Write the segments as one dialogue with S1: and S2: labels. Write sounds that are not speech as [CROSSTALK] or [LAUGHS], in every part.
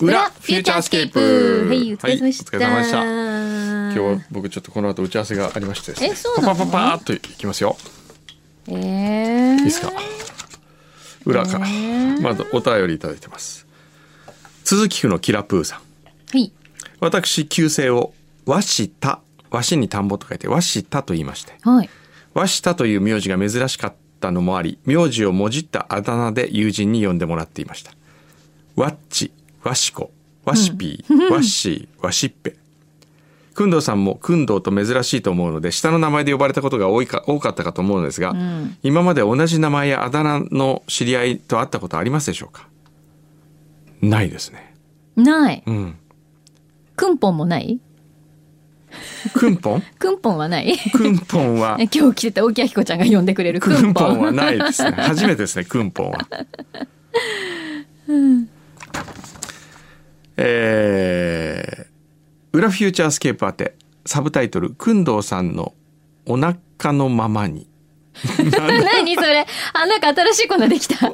S1: 裏フューチャースケープ
S2: はい、お疲れ様でした。
S1: はいお疲れ様でした
S2: 今
S1: 今日は僕ちょっとこの後打ち合わせがありましてですね
S2: えそうなの
S1: パパパパーっといきますよ
S2: えー、
S1: いいですか裏からまずお便りいただいてます鈴木区のキラプーさん
S2: はい。
S1: 私旧姓を和した和紙に田んぼと書いて和したと言いまして
S2: はい。
S1: 和下という名字が珍しかったのもあり名字をもじったあだ名で友人に呼んでもらっていましたわっちわしこわしぴーわっしーわしっぺくんどうさんもくんどうと珍しいと思うので下の名前で呼ばれたことが多いか多かったかと思うのですが、今まで同じ名前やあだ名の知り合いと会ったことありますでしょうかないですね
S2: ない。
S1: うん
S2: クンポンもない
S1: くんぽん
S2: クンポンはない
S1: くんぽんは
S2: え [LAUGHS] 今日来てた大木明子ちゃんが呼んでくれる
S1: ク
S2: クン
S1: ン
S2: ポ
S1: ポン
S2: ン。
S1: はないですね。初めてですね、クンポンは。えー、裏フューチャースケープ宛て、サブタイトル、くんどうさんのお腹のままに。
S2: [LAUGHS] 何それあ、なんか新しいコーナーで
S1: [LAUGHS]
S2: きた。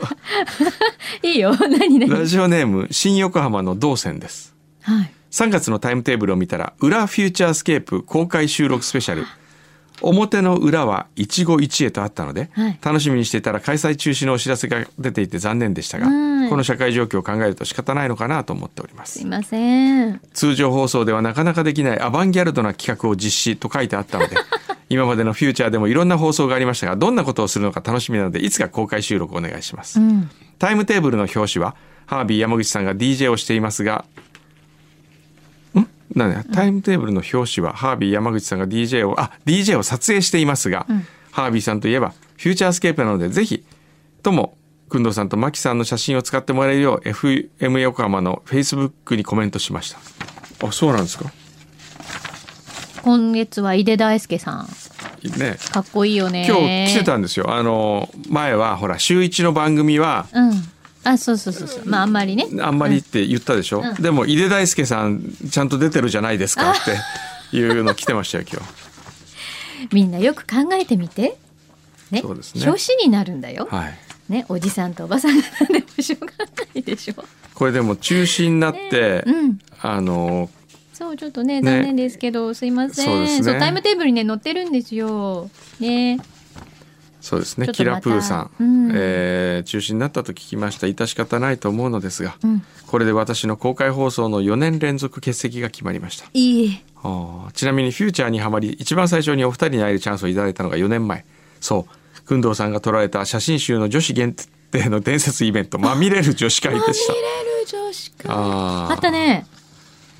S2: いいよ。何何
S1: ラジオネーム、新横浜の道仙です。
S2: はい。
S1: 3月のタイムテーブルを見たら、裏フューチャースケープ公開収録スペシャル。表の裏は一期一会とあったので、
S2: はい
S1: 楽しみにしていたら開催中止のお知らせが出ていて残念でしたが、
S2: はい
S1: この社会状況を考えると仕方ないのかなと思っておりますす
S2: いません。
S1: 通常放送ではなかなかできないアバンギャルドな企画を実施と書いてあったので今までのフューチャーでもいろんな放送がありましたがどんなことをするのか楽しみなのでいつか公開収録お願いします、
S2: ん
S1: タイムテーブルの表紙はハービー山口さんが DJ をしていますがんなんだよタイムテーブルの表紙はハービー山口さんが DJ をあ DJ を撮影していますが、ハービーさんといえばフューチャースケープなのでぜひとも工藤さんとマキさんの写真を使ってもらえるよう FM 横浜の Facebook にコメントしましたあそうなんですか
S2: 今月は井出大輔さん。
S1: ね
S2: かっこいいよね。
S1: 今日来てたんですよあの前はほら週一の番組は
S2: うん。あ、そうそうそうそう。まあ、あんまりね。
S1: あんまりって言ったでしょ、でも井出大輔さんちゃんと出てるじゃないですかっていうの来てましたよ今
S2: [LAUGHS] みんなよく考えてみて。ね。
S1: そうですね
S2: 表紙になるんだよ。
S1: 日はい
S2: ね、おじさんとおばさんがなんでもしょうがないでしょ。
S1: これでも中止になって、
S2: うん。
S1: あの
S2: そう、ちょっとね、
S1: ね
S2: 残念ですけど、すいません。
S1: そうですね
S2: そうタイムテーブルにね、載ってるんですよ。ね。
S1: そうですね
S2: ちょっ
S1: キ
S2: と
S1: ラ
S2: また
S1: プーさん、
S2: うん
S1: えー中止になったと聞きました致し方ないと思うのですが、
S2: うん。
S1: これで私の公開放送の4年連続欠席が決まりました
S2: いい。
S1: あーちなみにフューチャーにはまり一番最初にお二人に会えるチャンスをいただいたのが4年前そう工藤さんが撮られた写真集の女子限定の伝説イベン
S2: [LAUGHS]
S1: ト「まみれる女子会」
S2: あ、見れ
S1: でした
S2: る女子会。
S1: あ
S2: あ
S1: ー
S2: ったね。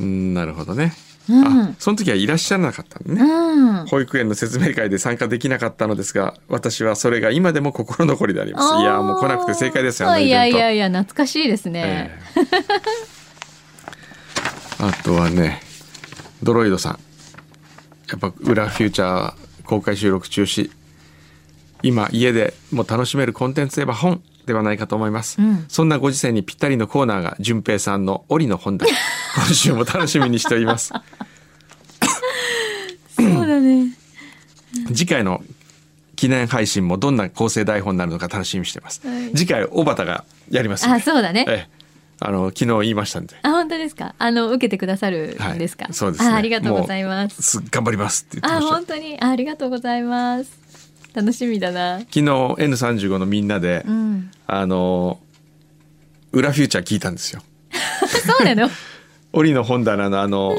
S1: うんなるほどね、
S2: うん
S1: あその時はいらっしゃらなかったのね、
S2: うん。
S1: 保育園の説明会で参加できなかったのですが私はそれが今でも心残りでありますいやーもう来なくて正解ですよ
S2: あ
S1: あの
S2: ー
S1: イ
S2: い
S1: ベ
S2: や
S1: ン
S2: い
S1: ト
S2: やいや、懐かしいですね。
S1: ええあとはねドロイドさんやっぱ裏フューチャー公開収録中止今家でも楽しめるコンテンツといえば本ではないかと思います、
S2: うん
S1: そんなご時世にぴったりのコーナーが順平さんの「折の
S2: [LAUGHS]
S1: 本題」今週も楽しみにしております
S2: そうだね。
S1: 次回の記念配信もどんな構成台本になるのか楽しみにしてます、
S2: はい
S1: 次回小畑がやりますんで
S2: あ、そうだね。
S1: ええあの昨日言いましたんで
S2: あ、本当ですか。あの、受けてくださる
S1: はい
S2: んですか。
S1: そうですね
S2: あ、ありがとうございます。
S1: す頑張りますって言ってま
S2: あ、
S1: した
S2: 本当に、あ、ありがとうございます。楽しみだな。
S1: 昨日 N35 のみんなで、
S2: うん。
S1: あの裏フューチャー聞いたんですよ
S2: [LAUGHS] そ
S1: [LAUGHS]
S2: うなの。
S1: 折の本棚のあの、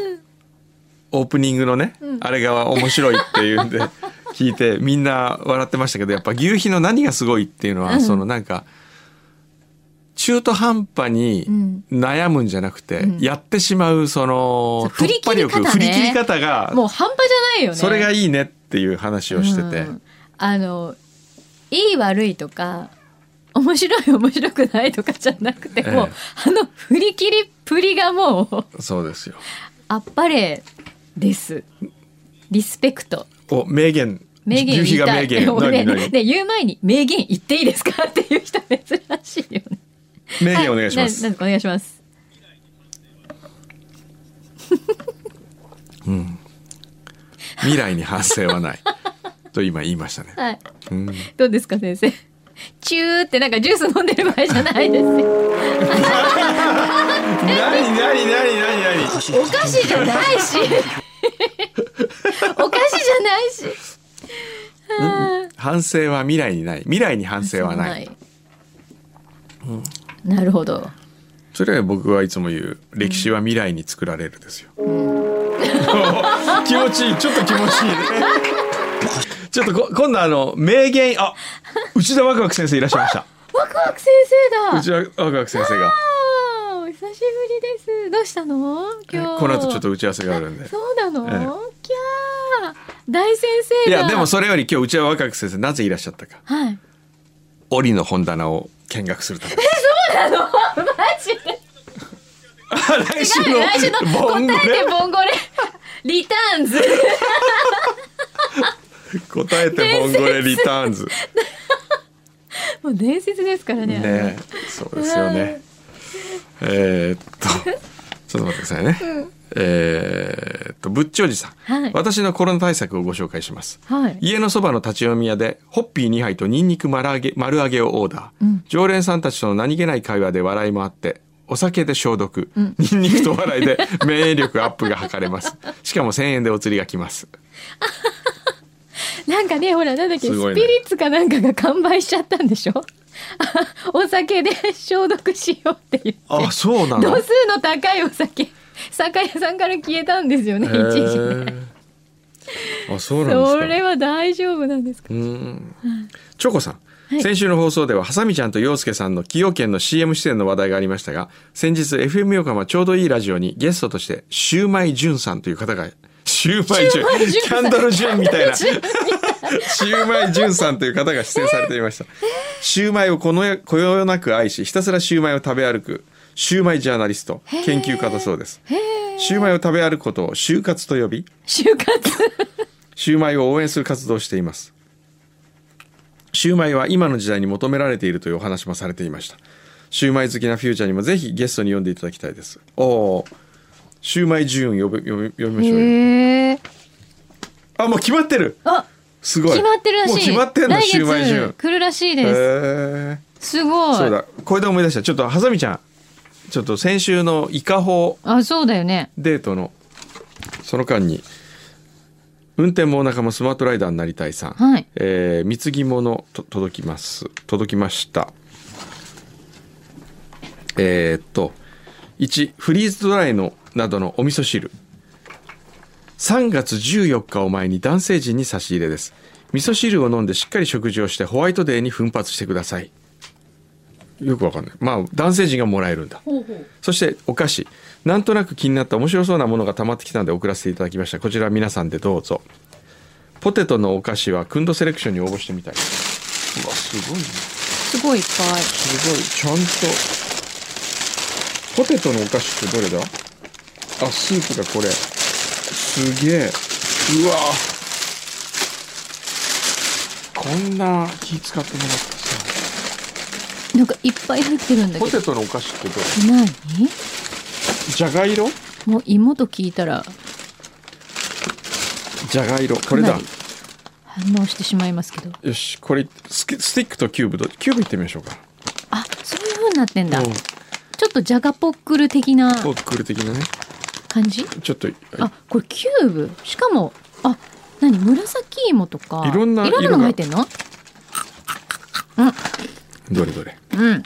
S1: オープニングのね、あれが面白いっていうん
S2: [LAUGHS]
S1: で聞いてみんな笑ってましたけどやっぱ牛皮の何がすごいっていうのは、
S2: うん
S1: そのなんか中途半端に
S2: うん
S1: 悩むんじゃなくて、やってしまうその
S2: そう振り切り方ね
S1: 振り切り方が
S2: もう半端じゃないよね。
S1: それがいいねっていう話をしてて、
S2: うんあのいい悪いとか面白い面白くないとかじゃなくて、
S1: ええ
S2: もうあの振り切りっぷりがもう
S1: そうですよ。
S2: あっぱれですリスペクト
S1: お名言
S2: 名言
S1: 牛皮
S2: 言い
S1: が
S2: た
S1: 名
S2: い
S1: 言
S2: [LAUGHS] 俺
S1: 何
S2: ね
S1: 何
S2: ね言う前に名言言っていいですかっていう人珍しいよね
S1: 名言お [LAUGHS] 願いします、
S2: はななんかお願いします
S1: 未来に反省はないと今言いましたね
S2: はい
S1: うん
S2: どうですか先生チューってなんかジュース飲んでる場合じゃないですよ
S1: 何何何何何
S2: お菓子じゃな
S1: [LAUGHS]
S2: いしお菓子じゃないし
S1: 反省は未来にない未来に反省はない
S2: なるほど
S1: それは僕はいつも言う歴史は未来に作られるですよ、 [LAUGHS] 気持ちいいちょっと気持ちいいね [LAUGHS] ちょっとこ今度あの名言あ内田ワクワク先生いらっしゃいました
S2: ワクワク先生だ
S1: 内田ワクワク先生が
S2: あーお久しぶりですどうしたの今日
S1: この後ちょっと打ち合わせがあるんで
S2: そうなの、
S1: ええ
S2: キャー大先生
S1: い
S2: だ
S1: やでもそれより今日内田ワクワク先生なぜいらっしゃったか
S2: はい
S1: 檻の本棚を見学するため
S2: [LAUGHS] マジ
S1: 来
S2: で
S1: 週の
S2: 来週の
S1: ボ
S2: 答
S1: ンゴ
S2: え
S1: レ
S2: てボンゴレリターンズ
S1: 答えてボンゴレリターンズ
S2: もう伝説ですからね
S1: ねそうですよね。えーっと、ちょっと待ってくださいね。えーっと、ぶっちおじさん、
S2: はい
S1: 私のコロナ対策をご紹介します。
S2: はい
S1: 家のそばの立ち読み屋でホッピー2杯とニンニク丸揚げ丸揚げをオーダー、常連さんたちとの何気ない会話で笑いもあってお酒で消毒、ニンニクと笑い
S2: [LAUGHS]
S1: で免疫力アップが図れますしかも1000円でお釣りが来ます
S2: なんかねほらなんだっけ、
S1: すご
S2: ス
S1: いね
S2: ピリッツかなんかが完売しちゃったんでしょ [LAUGHS] お酒で消毒しようって言って
S1: あそうなの
S2: 度数の高い
S1: [LAUGHS]
S2: お酒酒屋さんから消えたんですよね
S1: へ
S2: 一時ね
S1: ーあそうなんですか
S2: それは大丈夫なんですか
S1: うーんチョコさん、先週の放送ではハサミちゃんと陽介さんの崎陽軒の CM 出演の話題がありましたが先日 FM 横浜ちょうどいいラジオにゲストとしてシューマイジュンさんという方がシューマイジュン
S2: シュウマイジュン
S1: キャンドルジュンみ
S2: [LAUGHS]
S1: たいなシューマイジュンさんという方が出演されていましたシューマイをこのこよなく愛しひたすらシューマイを食べ歩くシューマイジャーナリスト研究家だそうですシューマイを食べ歩くことを就活と呼び
S2: 就活
S1: シューマイを応援する活動をしていますシューマイは今の時代に求められているというお話もされていましたシューマイ好きなフューチャーにもぜひゲストに呼んでいただきたいですおおーシューマイジューン呼び呼び呼びましょうよ
S2: へえ
S1: あもう決まってる
S2: あ
S1: すごい
S2: 決まってるらしい
S1: もう決まってんの
S2: 来
S1: シューマイジュー
S2: 月
S1: ン
S2: 来るらしい
S1: へ
S2: です、
S1: ー
S2: すごい
S1: そうだこれで思い出したちょっとハサミちゃんちょっと先週のイカホ
S2: あそうだよね
S1: デートのその間に運転もお腹もスマートライダーになりたいさん、
S2: はい
S1: えー貢ぎ物と届きます届きましたえーっと1フリーズドライのなどのお味噌汁3月14日を前に男性陣に差し入れです味噌汁を飲んでしっかり食事をしてホワイトデーに奮発してくださいよくわかんないまあ男性陣がもらえるんだそしてお菓子なんとなく気になった面白そうなものが溜まってきたので送らせていただきましたこちら皆さんでどうぞポテトのお菓子はクンドセレクションに応募してみたいうわすごいね
S2: すごいいっぱい
S1: すごいちゃんとポテトのお菓子ってどれだあスープがこれすげえうわこんな気使ってもらってさ
S2: なんかいっぱい入ってるんだ
S1: ポ
S2: けど
S1: テトのお菓子ってどれ
S2: 何
S1: じゃがいろ
S2: もう芋と聞いたら
S1: じゃがいろこれだ
S2: かなり反応してしまいますけど
S1: よしこれスキスティックとキューブとキューブいってみましょうか
S2: あそういう風になってんだ、
S1: うん
S2: ちょっとジャガポックル的な
S1: ポックル的なね
S2: 感じ
S1: ちょっと
S2: あこれキューブしかもあ何紫芋とか
S1: いろんない
S2: ろんなのが入ってんの
S1: どれどれ
S2: うんうん
S1: うん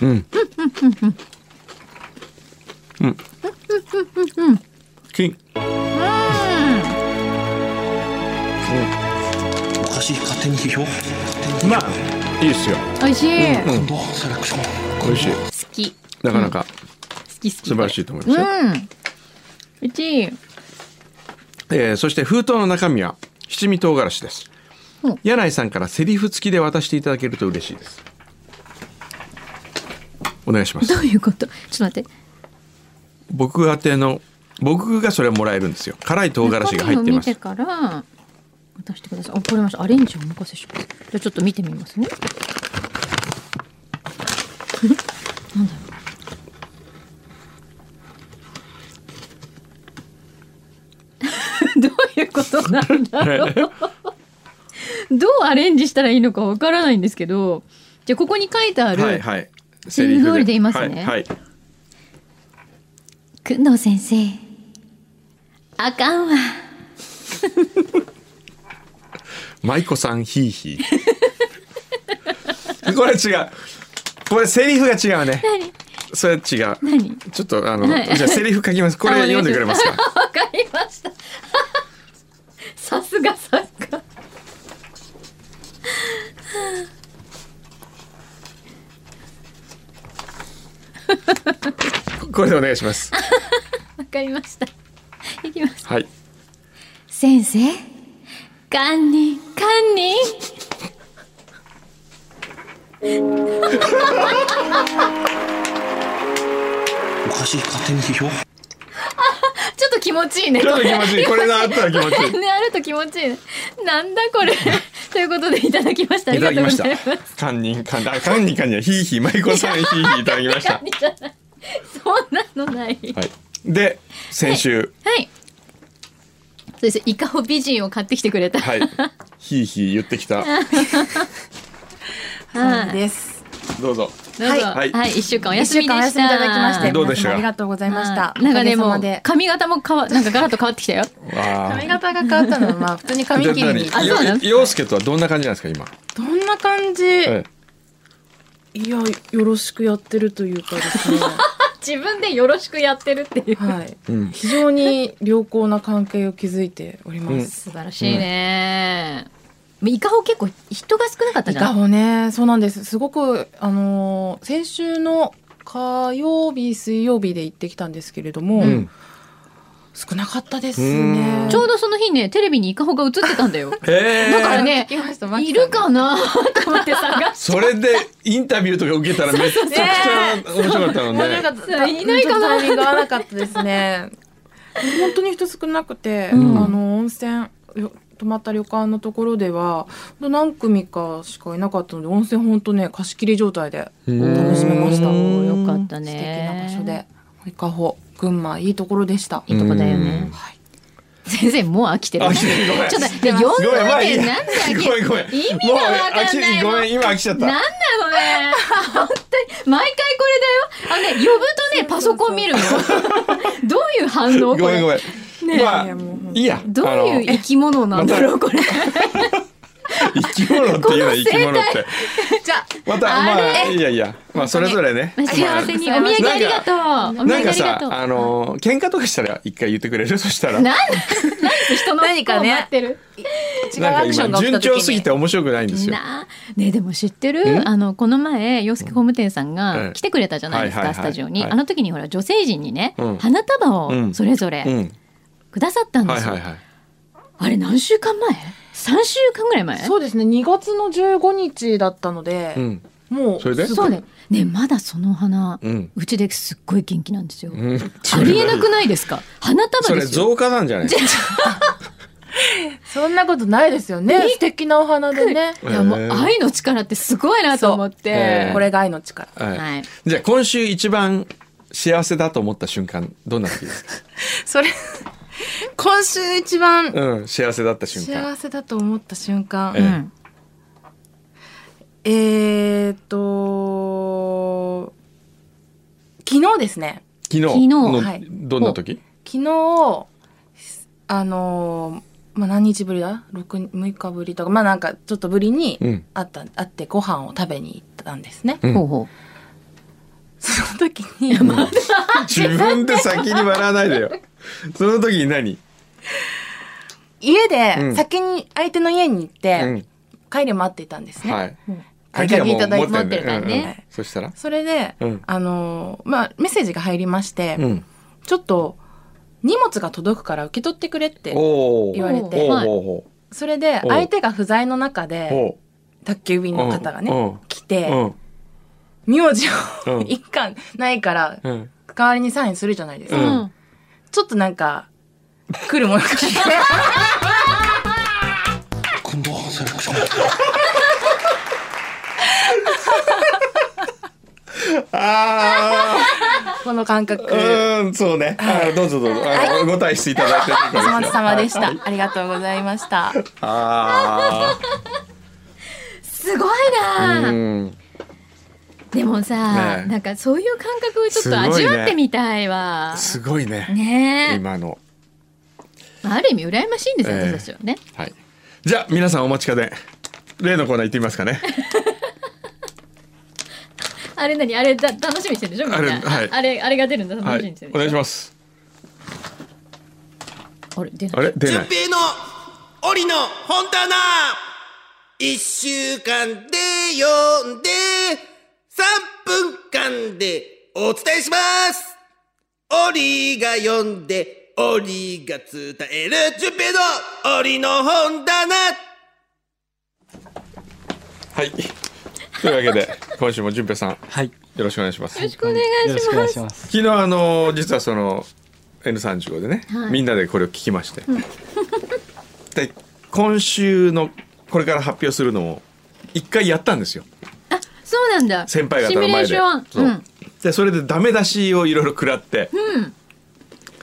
S1: うんうんうんうん金
S3: おかしい勝手に批評勝手に
S1: まあいいですよ
S2: 美味しい、好
S3: どうセレクション
S1: 美味しい
S2: き好
S1: なかなか
S2: き好き
S1: 素晴らしいと思いますよ、
S2: うんうち
S1: えーそして封筒の中身は七味唐辛子です
S2: うん
S1: 柳井さんからセリフ付きで渡していただけると嬉しいですお願いします
S2: どういうことちょっと待って
S1: 僕宛ての僕がそれをもらえるんですよ辛い唐辛子が入ってい
S2: 中身を見
S1: ます
S2: てから渡してくださいわかりましたアレンジお任せしますじゃあちょっと見てみますね [LAUGHS] [LAUGHS] なんだろうどういうことなんだろうどうアレンジしたらいいのかわからないんですけどじゃあここに書いてある、
S1: はいはい
S2: セリフ通りで言いますね
S1: はいはい
S2: くんどう先生あかんわ
S1: 舞妓さんヒーヒ
S2: [LAUGHS]
S1: ーこれ違うこれセリフが違うねそれ違う
S2: 何
S1: ちょっとあの、
S2: はい
S1: じゃあセリフ書きますこれ
S2: あお願いし
S1: 読
S2: ま
S1: ん
S2: す
S1: でくれますか
S2: わかりましたさすが作家
S1: これでお願いします
S2: わかりましたいきます
S1: はい
S2: 先生堪忍堪忍
S3: おかしい勝手に批
S2: ち
S3: 評
S2: ょっと気持ちいいね
S1: ちょっと気持ちいいこれがあったら気持ちいい
S2: ねあると気持ちいいねなんだこれということでいただきましたあ
S1: い
S2: り
S1: た
S2: が
S1: だき
S2: とう
S1: ま
S2: ご
S1: し
S2: ざ
S1: た
S2: います [LAUGHS]
S1: 堪忍堪忍あ堪忍堪忍ヒーヒー舞妓さんヒーヒーいただきました
S2: 堪忍じゃないそんなのない
S1: はいで先週
S2: はい。そうです。イカホ美人を買ってきてくれた。
S1: はい、ヒーヒー言ってきた
S2: はい
S4: そうです。
S1: どうぞ
S2: どうぞ
S4: はい
S2: はい。一週間お休
S4: 一
S2: み
S4: 週
S2: でした。
S4: 間お休みいただきまして、
S1: どうでした
S4: 皆様ありがとうございました。
S2: なんかね、
S4: お
S2: も
S4: かげ
S2: う
S4: さ
S2: 髪型もかわ、なんかガラッと変わってきたよ。
S1: あ
S4: まで髪型が変わったのは、まあ、普通に髪切りに。
S1: じゃあ
S2: あそうなの
S1: 何よ洋介とはどんな感じなんですか今、
S4: どんな感じ、
S1: え
S4: いや、よろしくやってるというかですね。
S2: 自分でよろしくやってるっていう。
S4: はい。
S1: えうん、
S4: 非常に良好な関係を築いております。
S2: 素晴らしいね。イカホ結構人が少なかった
S4: い
S2: じゃ
S4: か
S2: ん。
S4: ほね、そうなんです。すごく、あのー先週の火曜日、水曜日で行ってきたんですけれども、
S1: ん
S4: 少なかったです
S1: うん。
S4: ね
S2: ちょうどその日ね、テレビにイカホが映ってたんだよ。
S1: えー
S2: だからね
S4: 聞きましたマキさん
S2: いるかなと思って探し
S1: それでインタビューとか受けたらめちゃくちゃ面白かったの
S4: 面白か
S1: ね。
S4: った。
S2: いないかな
S4: ちょっとタイミング合わなかったですね。本当に人少なくて、
S2: うん
S4: あの温泉。よ泊まった旅館のところではほんと何組かしかいなかったので温泉本当ね貸し切り状態で楽しめました
S2: おーよかっ
S4: 素
S2: た
S4: 敵
S2: ね。
S4: な場所で伊香保群馬いいところでした
S2: いいとこだよね。
S4: はい
S2: 先生もう飽きてる、
S1: 飽きてるごめん
S2: ちょっとで読
S1: ご
S2: ん
S1: めん、ま
S2: だ
S1: あ
S2: っ
S1: いい
S2: て
S1: や
S2: なんで飽き
S1: ごめんごめん。
S2: 意味がわかんない
S1: もう
S2: も
S1: 飽
S2: ん
S1: きごめん、今飽きちゃっ
S2: なん
S1: た。
S2: なのね。本当に毎回これだよ。あのね呼ぶとねパソコン見るの。 [LAUGHS] どういう反応こ
S1: ごめ
S2: れ
S1: んご。めん。まあ
S4: いやもう本当
S1: いいや。
S2: どういう
S1: あ
S2: 生き物なんだろうこれ。
S1: の生き物っていうのは生き物って。
S4: じゃあ
S1: また
S2: あれ
S1: まあいやいや、まあそれぞれね。
S2: [LAUGHS] 幸せにお土産ありがとう。
S1: なん
S2: お土産あ
S1: か
S2: りが
S1: さ
S2: とう。、
S1: あの喧嘩とかしたら一回言ってくれる。 [LAUGHS] そしたら
S2: なん。 [LAUGHS] なんで人の
S4: 何
S2: 不幸
S4: か
S2: を
S4: ね
S2: 待ってる。
S4: 違う
S1: な
S4: ア
S1: ん
S4: クショ
S1: か
S4: ンが
S1: 今順
S4: 起きた時に
S1: 調すぎて面白くないんですよ。
S2: なあねえでも知ってるあのこの前洋介工務店さん
S1: え
S2: が
S1: え
S2: 来てくれたじゃないです
S1: はい
S2: か
S1: はいは
S2: ス
S1: い
S2: タジオに
S1: はい
S2: あの時にほら女性陣にね
S1: うん
S2: 花束をそれぞ
S1: う
S2: れ
S1: ん。
S2: くださったん
S1: は
S2: で
S1: い
S2: すよ
S1: はいはい。
S2: あれ何週間前 ?3 週間ぐらい前
S4: そうですね2月の15日だったので、
S1: うん。
S4: もう
S1: それで
S4: です
S2: そうだよねえまだその花、う
S1: うん
S2: ちですっごい元気なんですよ、
S1: うん。
S2: ありえなくないですか花
S1: そ
S2: 束で
S1: れ
S2: すよ
S1: 増加なんじゃない？
S4: そんなことないですよね素敵なお花でね
S1: え
S2: いやもう
S1: えー
S2: 愛の力ってすごいなと思って、
S1: [LAUGHS] そうえー
S4: これが愛の力
S1: は
S2: はいい。
S1: じゃあ今週一番幸せだと思った瞬間どんな時ですか？
S4: それ今週一番
S1: うん、幸せだった瞬間。
S4: 幸せだと思った瞬間
S1: え
S2: うん
S4: えーっと昨日ですね
S1: 昨日
S2: 昨日
S1: の
S4: はい
S1: どんな時？
S4: 昨日あのーまあ、何日ぶりだ 6, 6日ぶりとかまあなんかちょっとぶりに
S1: うん。
S4: 会った、会ってご飯を食べに行ったんですね、
S1: うん
S2: ほうほ
S4: その時に
S1: 自分で先に笑わないでよ。その時に何？
S4: 家
S1: う
S4: で
S1: ん
S4: 先に相手の家に行っ
S1: う
S4: て
S1: ん。
S4: 帰り待っていたんですね、
S1: はい。
S4: 鍵いただい
S1: はも
S4: て
S1: う
S2: 持ってるからね
S1: うんうんそしたら？
S4: それで、
S1: うん
S4: あのーまあメッセージが入りまして、
S1: うん。
S4: ちょっと荷物が届くから受け取ってくれって
S1: おお。
S4: 言われ
S1: ほう
S4: て
S1: ほう
S2: はい
S1: ほ
S4: それで
S1: お
S4: 相手が不在の中
S1: う。
S4: で
S1: ほ
S4: 宅急便の方が
S1: う
S4: ね
S1: ん
S4: 来
S1: う。
S4: て
S1: うん
S4: 名字
S1: う
S4: を
S1: ん
S4: [LAUGHS] 一巻ないから
S1: うん。
S4: 代わりにサインするじゃないです
S2: う、
S1: う
S4: か
S1: ん
S2: うん
S4: ちょっとなんか来るものが
S3: 今度はそれこそ
S1: あ
S4: [LAUGHS] この感覚
S1: あ。うーん、そうね。あーどうぞどうぞ。あのご対していただいて。
S4: お粗末様でし
S1: は
S4: た
S1: い。
S4: ありがとうございました
S1: ああ。
S2: すごいな
S1: うん
S2: でもさ、
S1: ねえ
S2: なんかそういう感覚をちょっと味わってみたいわ
S1: すごいね
S2: ねえ
S1: 今の
S2: ある意味羨ましいんですよ、
S1: ええ
S2: 私たちはね
S1: はいじゃあ皆さんお待ちかね例のコーナー行ってみますかね
S2: あれ何あれだ楽しみにしてるでしょみん
S1: あ
S2: なあ
S1: れ
S2: れ,、
S1: はい
S2: あれが出るんだ
S1: は
S2: 楽しみ
S1: い
S2: にしてる
S1: お願いし
S2: ま
S1: ます
S2: すあれ出ない
S1: あれ出ない
S5: 平の檻の本棚一週間で読んで三分間でお伝えします檻が読んで檻が伝える純平の檻の本棚
S1: はいというわけで今週も淳平さんよ
S6: はい。よ
S1: ろしくお願いします
S2: よろしくお願い
S6: ろし
S2: し
S6: くお願
S2: ま
S6: い
S2: す
S6: します。
S1: 昨日あの実はその N35 でね、
S2: はい
S1: みんなでこれを聞きまして、 [LAUGHS] で今週のこれから発表するのを一回やったんですよ
S2: そうなんだ
S1: 先輩
S2: シ
S1: 方
S2: ミ
S1: の
S2: ュ
S1: 前
S2: レー
S1: で
S2: ショ
S1: そ
S2: ン
S1: う
S2: うん
S1: でそれでダメ出しをいろいろ食らって、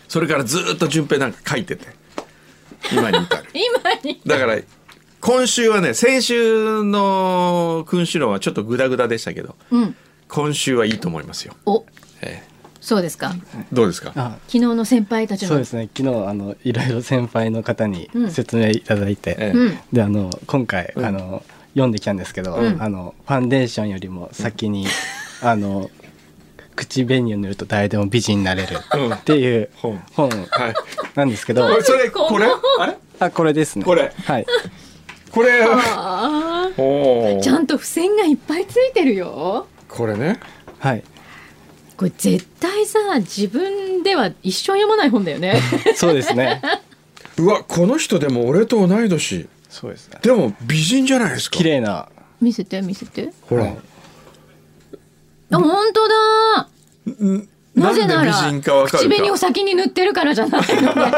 S1: それからずーっと順平なんか書いてて今に至る [LAUGHS]
S2: 今に
S1: だから今週はね先週の君主論はちょっとグダグダでしたけど
S2: うん
S1: 今週はいいと思いますよ、
S2: お
S1: え
S2: そうですか
S1: えどうですか
S6: あ、
S2: 昨日の先輩たちの
S6: そうですね。昨日あのいろいろ先輩の方に説明いただいて、
S1: ええ
S2: うん
S6: であの今回、
S1: ん
S6: あの読んできたんですけど、
S2: うん
S6: あのファンデーションよりも先に、あの口紅を塗ると誰でも美人になれる
S1: うん
S6: っていう
S1: 本
S6: 本
S1: はい
S6: なんですけど、
S1: これそれ
S2: この
S1: これあれ
S6: あこれですね。
S1: これ
S6: はい。
S1: これ
S2: あ
S1: おお
S2: ーちゃんと付箋がいっぱいついてるよ
S1: これね
S6: はい。
S2: これ絶対さ自分では一生読まない本だよね
S6: そうですね。
S1: うわこの人でも俺と同い年
S6: そうですね。
S1: でも美人じゃないですか
S6: 綺麗な。
S2: 見せて見せて
S1: ほら、
S6: はい
S2: あ本当だなぜな
S1: んで
S2: ら
S1: 美人かわかる
S2: 口
S1: か
S2: 紅を先に塗ってるからじゃない
S1: [LAUGHS]
S2: のね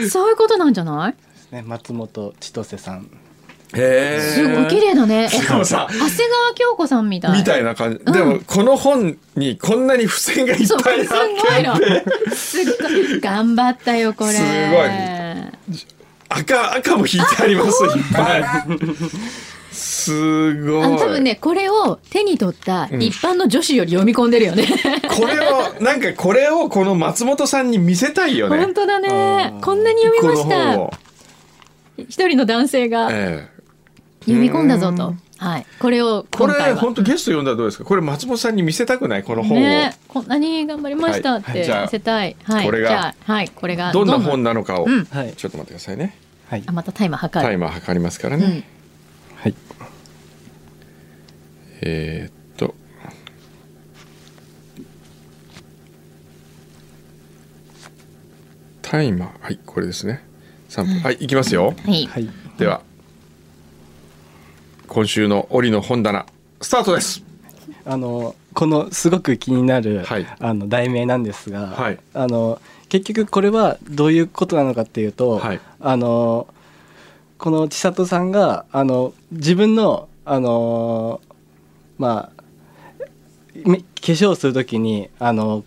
S2: ねそういうことなんじゃない
S6: ね松本千歳さん。
S1: へー
S2: すごい綺麗だねえ
S1: でもさ
S2: 長谷川京子さんみたい
S1: みたいな感じ、でもこの本にこんなに付箋がいっ
S2: そうす
S1: ぱい
S2: ごい
S1: あ
S2: の
S1: って
S2: すっごい頑張ったよこれ
S1: す赤赤も引いてありますいっぱいすごい
S2: あの多分ねこれを手に取った一般の女子より読み込んでるよね、
S1: これをなんかこれをこの松本さんに見せたいよね
S2: 本当だねこんなに読みまし
S1: この本
S2: た
S1: を
S2: 一人の男性が
S1: ええ
S2: 読み込んだぞとはいこれを
S1: こ
S2: 今
S1: れ
S2: 回は
S1: 本当ゲスト呼んだらどうですかこれ松本さんに見せたくないこの本を、
S2: ねこんなに頑張りましたっ
S1: はい
S2: て
S1: じゃあ
S2: 見せたい、はい
S1: これが
S2: じゃあはいこれが
S1: どんな本なのかを、
S2: ん
S6: はい
S1: ちょっと待ってくださいね
S6: はい
S2: あ。またタイマー測
S1: タイ
S2: る
S1: マー測りますからね、
S2: うん
S6: はい。
S1: えーっとタイマーはいこれですね3分はい行きますよ
S2: はい
S6: はい。
S1: では今週の折の本棚スタートです
S6: あのこのすごく気になる、
S1: はい
S6: あの題名なんですが、
S1: はい
S6: あの結局これはどういうことなのかっていうと、
S1: はい
S6: あのこの千里さんがあの自分のあのまあめ化粧をするときにあの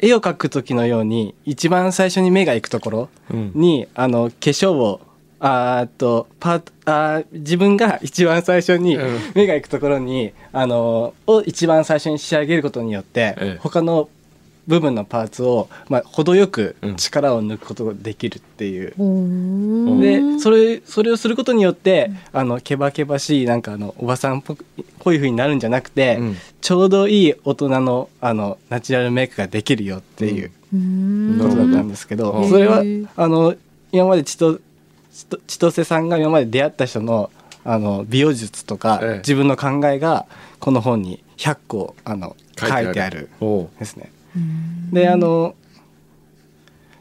S6: 絵を描く時のように一番最初に目が行くところに、あの化粧をあーっとパートあー自分が一番最初に
S1: うん
S6: 目が行くところに、あのを一番最初に仕上げることによって、
S1: ええ
S6: 他の部分のパーツを、まあ、程よく
S1: うん
S6: 力を抜くことができるっていう。
S2: お
S6: でそれそれをすることによってあのけばけばしいなんかあのおばさんっぽくこういう風になるんじゃなくて、
S1: うん
S6: ちょうどいい大人のあのナチュラルメイクができるよっていう
S2: うん
S6: ことだったんですけど、
S1: うん
S6: それは
S2: うん
S6: あの今まで千と千と千歳さんが今まで出会った人のあの美容術とか、
S1: ええ
S6: 自分の考えがこの本に100個あの書いてある
S1: おう
S6: ですね。であの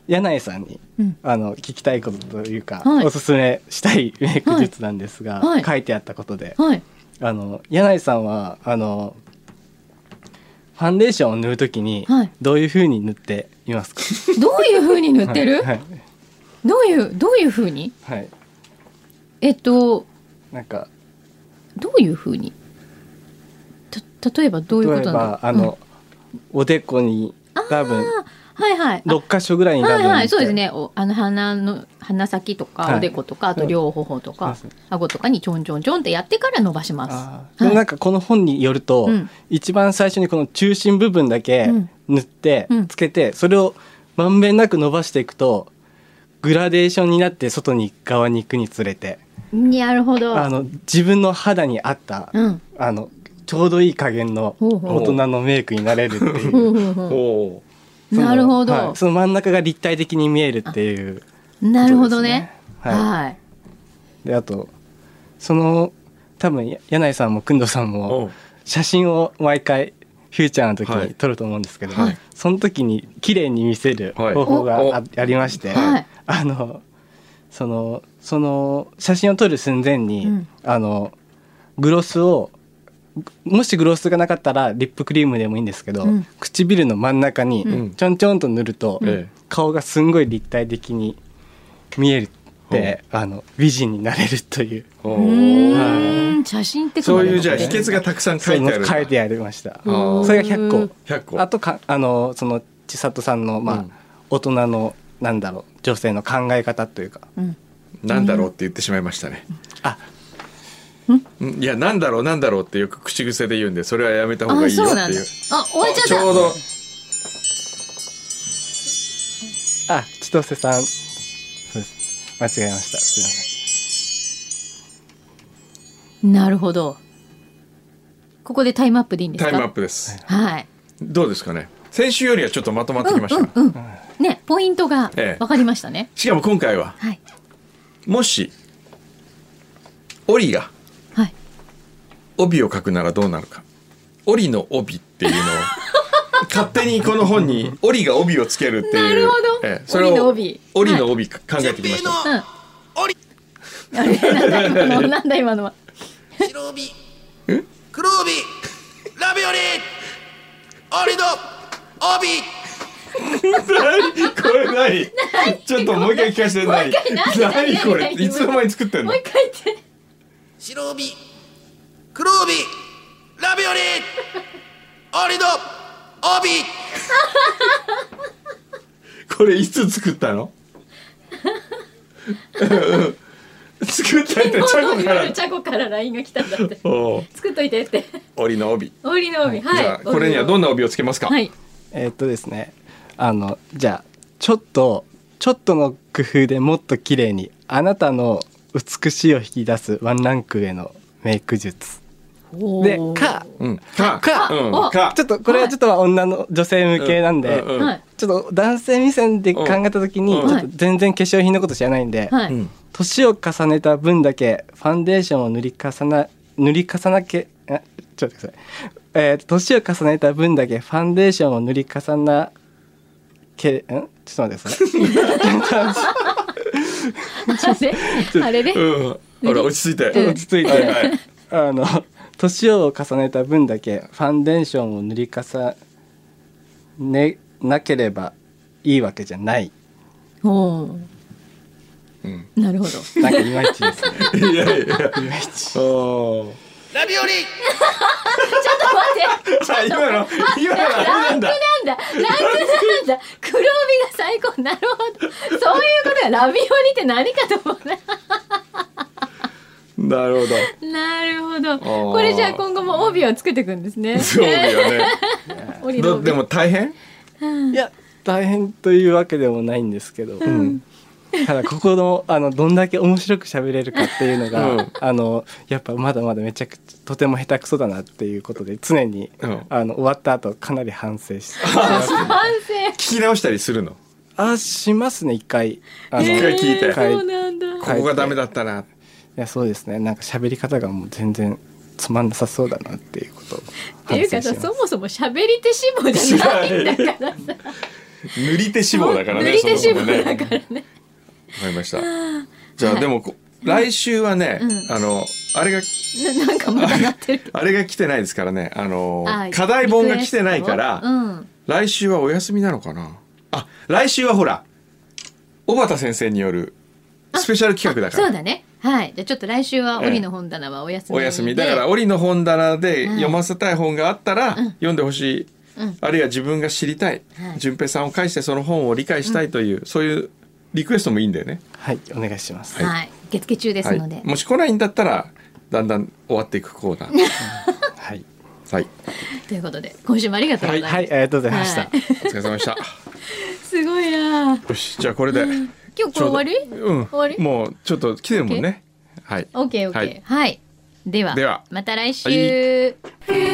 S6: 柳井さんに、
S2: うん
S6: あの聞きたいことというか、
S2: はい
S6: おすすめしたいメイク術なんですが、
S2: はいはい
S6: 書いてあったことで、
S2: はい
S6: あの柳井さんはあのファンデーションを塗るときに、
S2: はい
S6: どういうふうに塗っていますか
S2: どういう風に塗ってる、
S6: はい、
S2: どういうどういう風に
S6: はいはい
S2: えっと
S6: なんか
S2: どういう風にた例えばどういうこ
S6: 例え
S2: となんだ
S6: ばあの、おでこに多分
S2: あはいはい。あ
S6: 6箇所ぐらいに
S2: は
S6: ラブ
S2: い
S6: ホに
S2: はい、
S6: 行って
S2: そうですね。おあの鼻の鼻先と
S6: は
S2: か
S6: い
S2: おでことか、あと両頬とか、
S6: そうです
S2: 顎とかにちょんちょんちょんってやってから伸ばします。
S6: あーでもなんかこの本によると、
S2: うん
S6: 一番最初にこの中心部分だけ
S2: うん
S6: 塗って、
S2: うん
S6: つけてそれをまんべんなく伸ばしていくとグラデーションになって外に側に行くにつれて
S2: なるほど。
S6: あの自分の肌に合った、
S2: うん。
S6: あのちょうどいい加減の
S2: ほうほう
S6: 大人のメイクになれるっていう
S2: ほうほうほう
S1: おお
S6: その
S2: [LAUGHS] なるほど
S6: はいその真ん中が立体的に見えるっていう
S2: なるほどね。
S6: そうですねは
S2: はい。
S6: であとその多分や柳井さんも工藤さん
S1: う
S6: も
S1: ん
S6: 写真を毎回フューチャーの時
S1: は
S6: に
S1: い
S6: 撮ると思うんですけど、
S2: はい
S6: その時に綺麗に見せる
S1: はい
S6: 方法が
S1: お
S6: あ,、ありまして、
S2: はい
S6: あのそのその写真を撮る寸前に、
S2: うん
S6: あのグロスをもしグロスがなかったらリップクリームでもいいんですけど、
S2: うん
S6: 唇の真ん中
S2: う
S6: に
S1: ん
S6: ちょんちょんと塗ると、
S1: ええ
S6: 顔がすんごい立体的に見えるって、あの美人になれるという
S1: お
S2: う
S1: ー
S2: ーん。写真って
S1: そういうじゃあ秘訣がたくさん書いてある
S6: 書いてありました
S1: あー
S6: それが100個
S1: 100個
S6: あとかあのその千里さんのまあ、
S1: うん
S6: 大人のなんだろう女性の考え方というか
S1: なんだろうって言ってしまいましたね
S6: あ
S1: うんいやなんだろうなんだろうってよく口癖で言うんでそれはやめた方が
S2: あ、
S1: いいよっ
S2: そうなん
S1: て
S2: だ
S1: いう。
S2: あ、終わっち
S1: ち
S2: ゃ
S1: ょう
S2: っ
S1: ど
S6: あ千歳さんそうです間違えましたすいません
S2: た。なるほど。ここでタイムアップでいいんです
S1: タイ
S2: か。
S1: ムアップです
S2: はい。
S1: どうですかね先週よりはちょっとまとまってきました、
S2: うんうんうん。ね、ポイントが
S1: ええ
S2: わかりましたね。
S1: しかも今回は
S2: はい
S1: もし折が [LAUGHS]
S2: はい。
S1: 帯を書くならどうなるか折の帯っていう
S2: [LAUGHS]
S1: のを勝手にこの本に折が帯をつけるっていう
S2: なるほど
S1: ええそれを
S2: 折の帯
S1: 折の帯考えてきました、
S2: あれなんだ今のはなんだ今のは。
S5: 白帯黒帯ラビオリオリの帯
S1: これ何ちょっともう一回聞かせてない
S2: 何
S1: 何これ
S2: 何何
S1: いつの間に作ってん
S2: も
S1: の
S2: う一回言って。
S5: 白帯黒帯ラビオリオリの帯
S1: これいつ作った
S2: [LAUGHS]
S1: の作ったってチャコから
S2: [LAUGHS] チャコからラインが来たんだって。
S1: おう
S2: 作っといてって。
S1: 折の帯
S2: 折りの帯。はい。
S1: じゃあこれにはどんな帯をつけますか、
S2: はい。
S6: えーっとですねあのじゃあちょっとちょっとの工夫でもっと綺麗にあなたの美しいを引き出すワンランク上のメイク術で
S2: おー
S6: か
S1: うん、か
S6: か
S1: うん
S2: お
S1: か
S6: ちょっとこれはちょっと女の女性向けなんで、
S1: うんうん
S2: はい
S6: ちょっと男性目線で考えた時に、
S1: うん
S6: ちょっと全然化粧品のこと知らないんで、
S2: はい。
S1: うん
S6: 年を重ねた分だけファンデーションを塗り重な塗り重なけあちょっと待ってください、えー、年を重ねた分だけファンデーションを塗り重なけんちょっと待ってくださ
S2: [LAUGHS]
S6: い
S2: あれあれで。
S1: うん、ほら落ち着いて、
S2: うん
S6: [LAUGHS] 落ち着いて、
S1: はいはい
S6: あの年を重ねた分だけファンデーションを塗り重ねなければいいわけじゃない
S2: おお。なるほど。
S6: なんかいまいちですね
S1: いやいや
S2: [LAUGHS]
S1: いやおー
S5: ラビオリ
S2: ちょっと待って。
S1: あ今の今のあれなんだ
S2: なんだ、ランクなんだ、黒帯が最高、なるほど。そういうことがラビオリって何かと思うな。
S1: なるほど
S2: なるほど。
S1: ー
S2: これじゃあ今後も帯をつけていくんですね。
S1: そうだよ
S2: [LAUGHS]
S1: ね
S2: 折りの
S1: ど
S2: 帯
S1: でも大変
S6: いや大変というわけでもないんですけど、ただここのあのどんだけ面白く喋れるかっていうのが、
S1: うん
S6: あのやっぱまだまだめちゃくちゃとても下手くそだなっていうことで常に、
S1: うん
S6: あの終わった後かなり反省して
S2: 反
S1: 聞き直したりするの
S6: あしますね一回あの
S1: 一回聞いて
S2: 省。
S6: 一回
S2: そうなんだ。
S1: ここがダメだったない
S6: やそうですねなんか喋り方がもう全然つまんなさそうだなっていうことを
S2: っていうかさ、そもそも喋り手志望じゃないんだからさ。
S1: 塗り手志望だからね
S2: 塗り手志
S1: そもそ
S2: 望
S1: もね
S2: だからね。
S1: わかりましたじゃあでもこ来週はね、
S2: うん
S1: あのあれが
S2: ななんかまだなってる。
S1: あれが来てないですからねあの
S2: あ
S1: 課題本が来てないから、
S2: うん。
S1: 来週はお休みなのかなあ来週はほら小畑先生によるスペシャル企画だから
S2: そうだね。はい。じゃあちょっと来週は折の本棚はお休み
S1: お
S2: で。
S1: 休みだから折の本棚で読ませたい本があったら、読んでほしい
S2: うん
S1: あるいは自分が知りたい
S2: はい
S1: 順、平さんを介してその本を理解したいという、そういうリクエストもいいんだよね。
S6: はい、お願いします。
S2: はい、受付中ですので、
S1: もし来ないんだったらだんだん終わっていくコーナ
S2: [LAUGHS]
S1: ー。
S6: はい、
S1: はい、
S2: ということで今週もありがとうございます、
S6: はい、ありがとうございました。
S2: は
S1: お疲れ様でした。
S2: すごいなあ
S1: よし、じゃあこれで今
S2: 今日これ終わり
S1: うん、
S2: 終わり
S1: もうちょっと来てるもんね。はい。
S2: オッケーオッケー
S1: はい
S2: はい、では
S1: では
S2: また来週、
S1: は
S2: フュ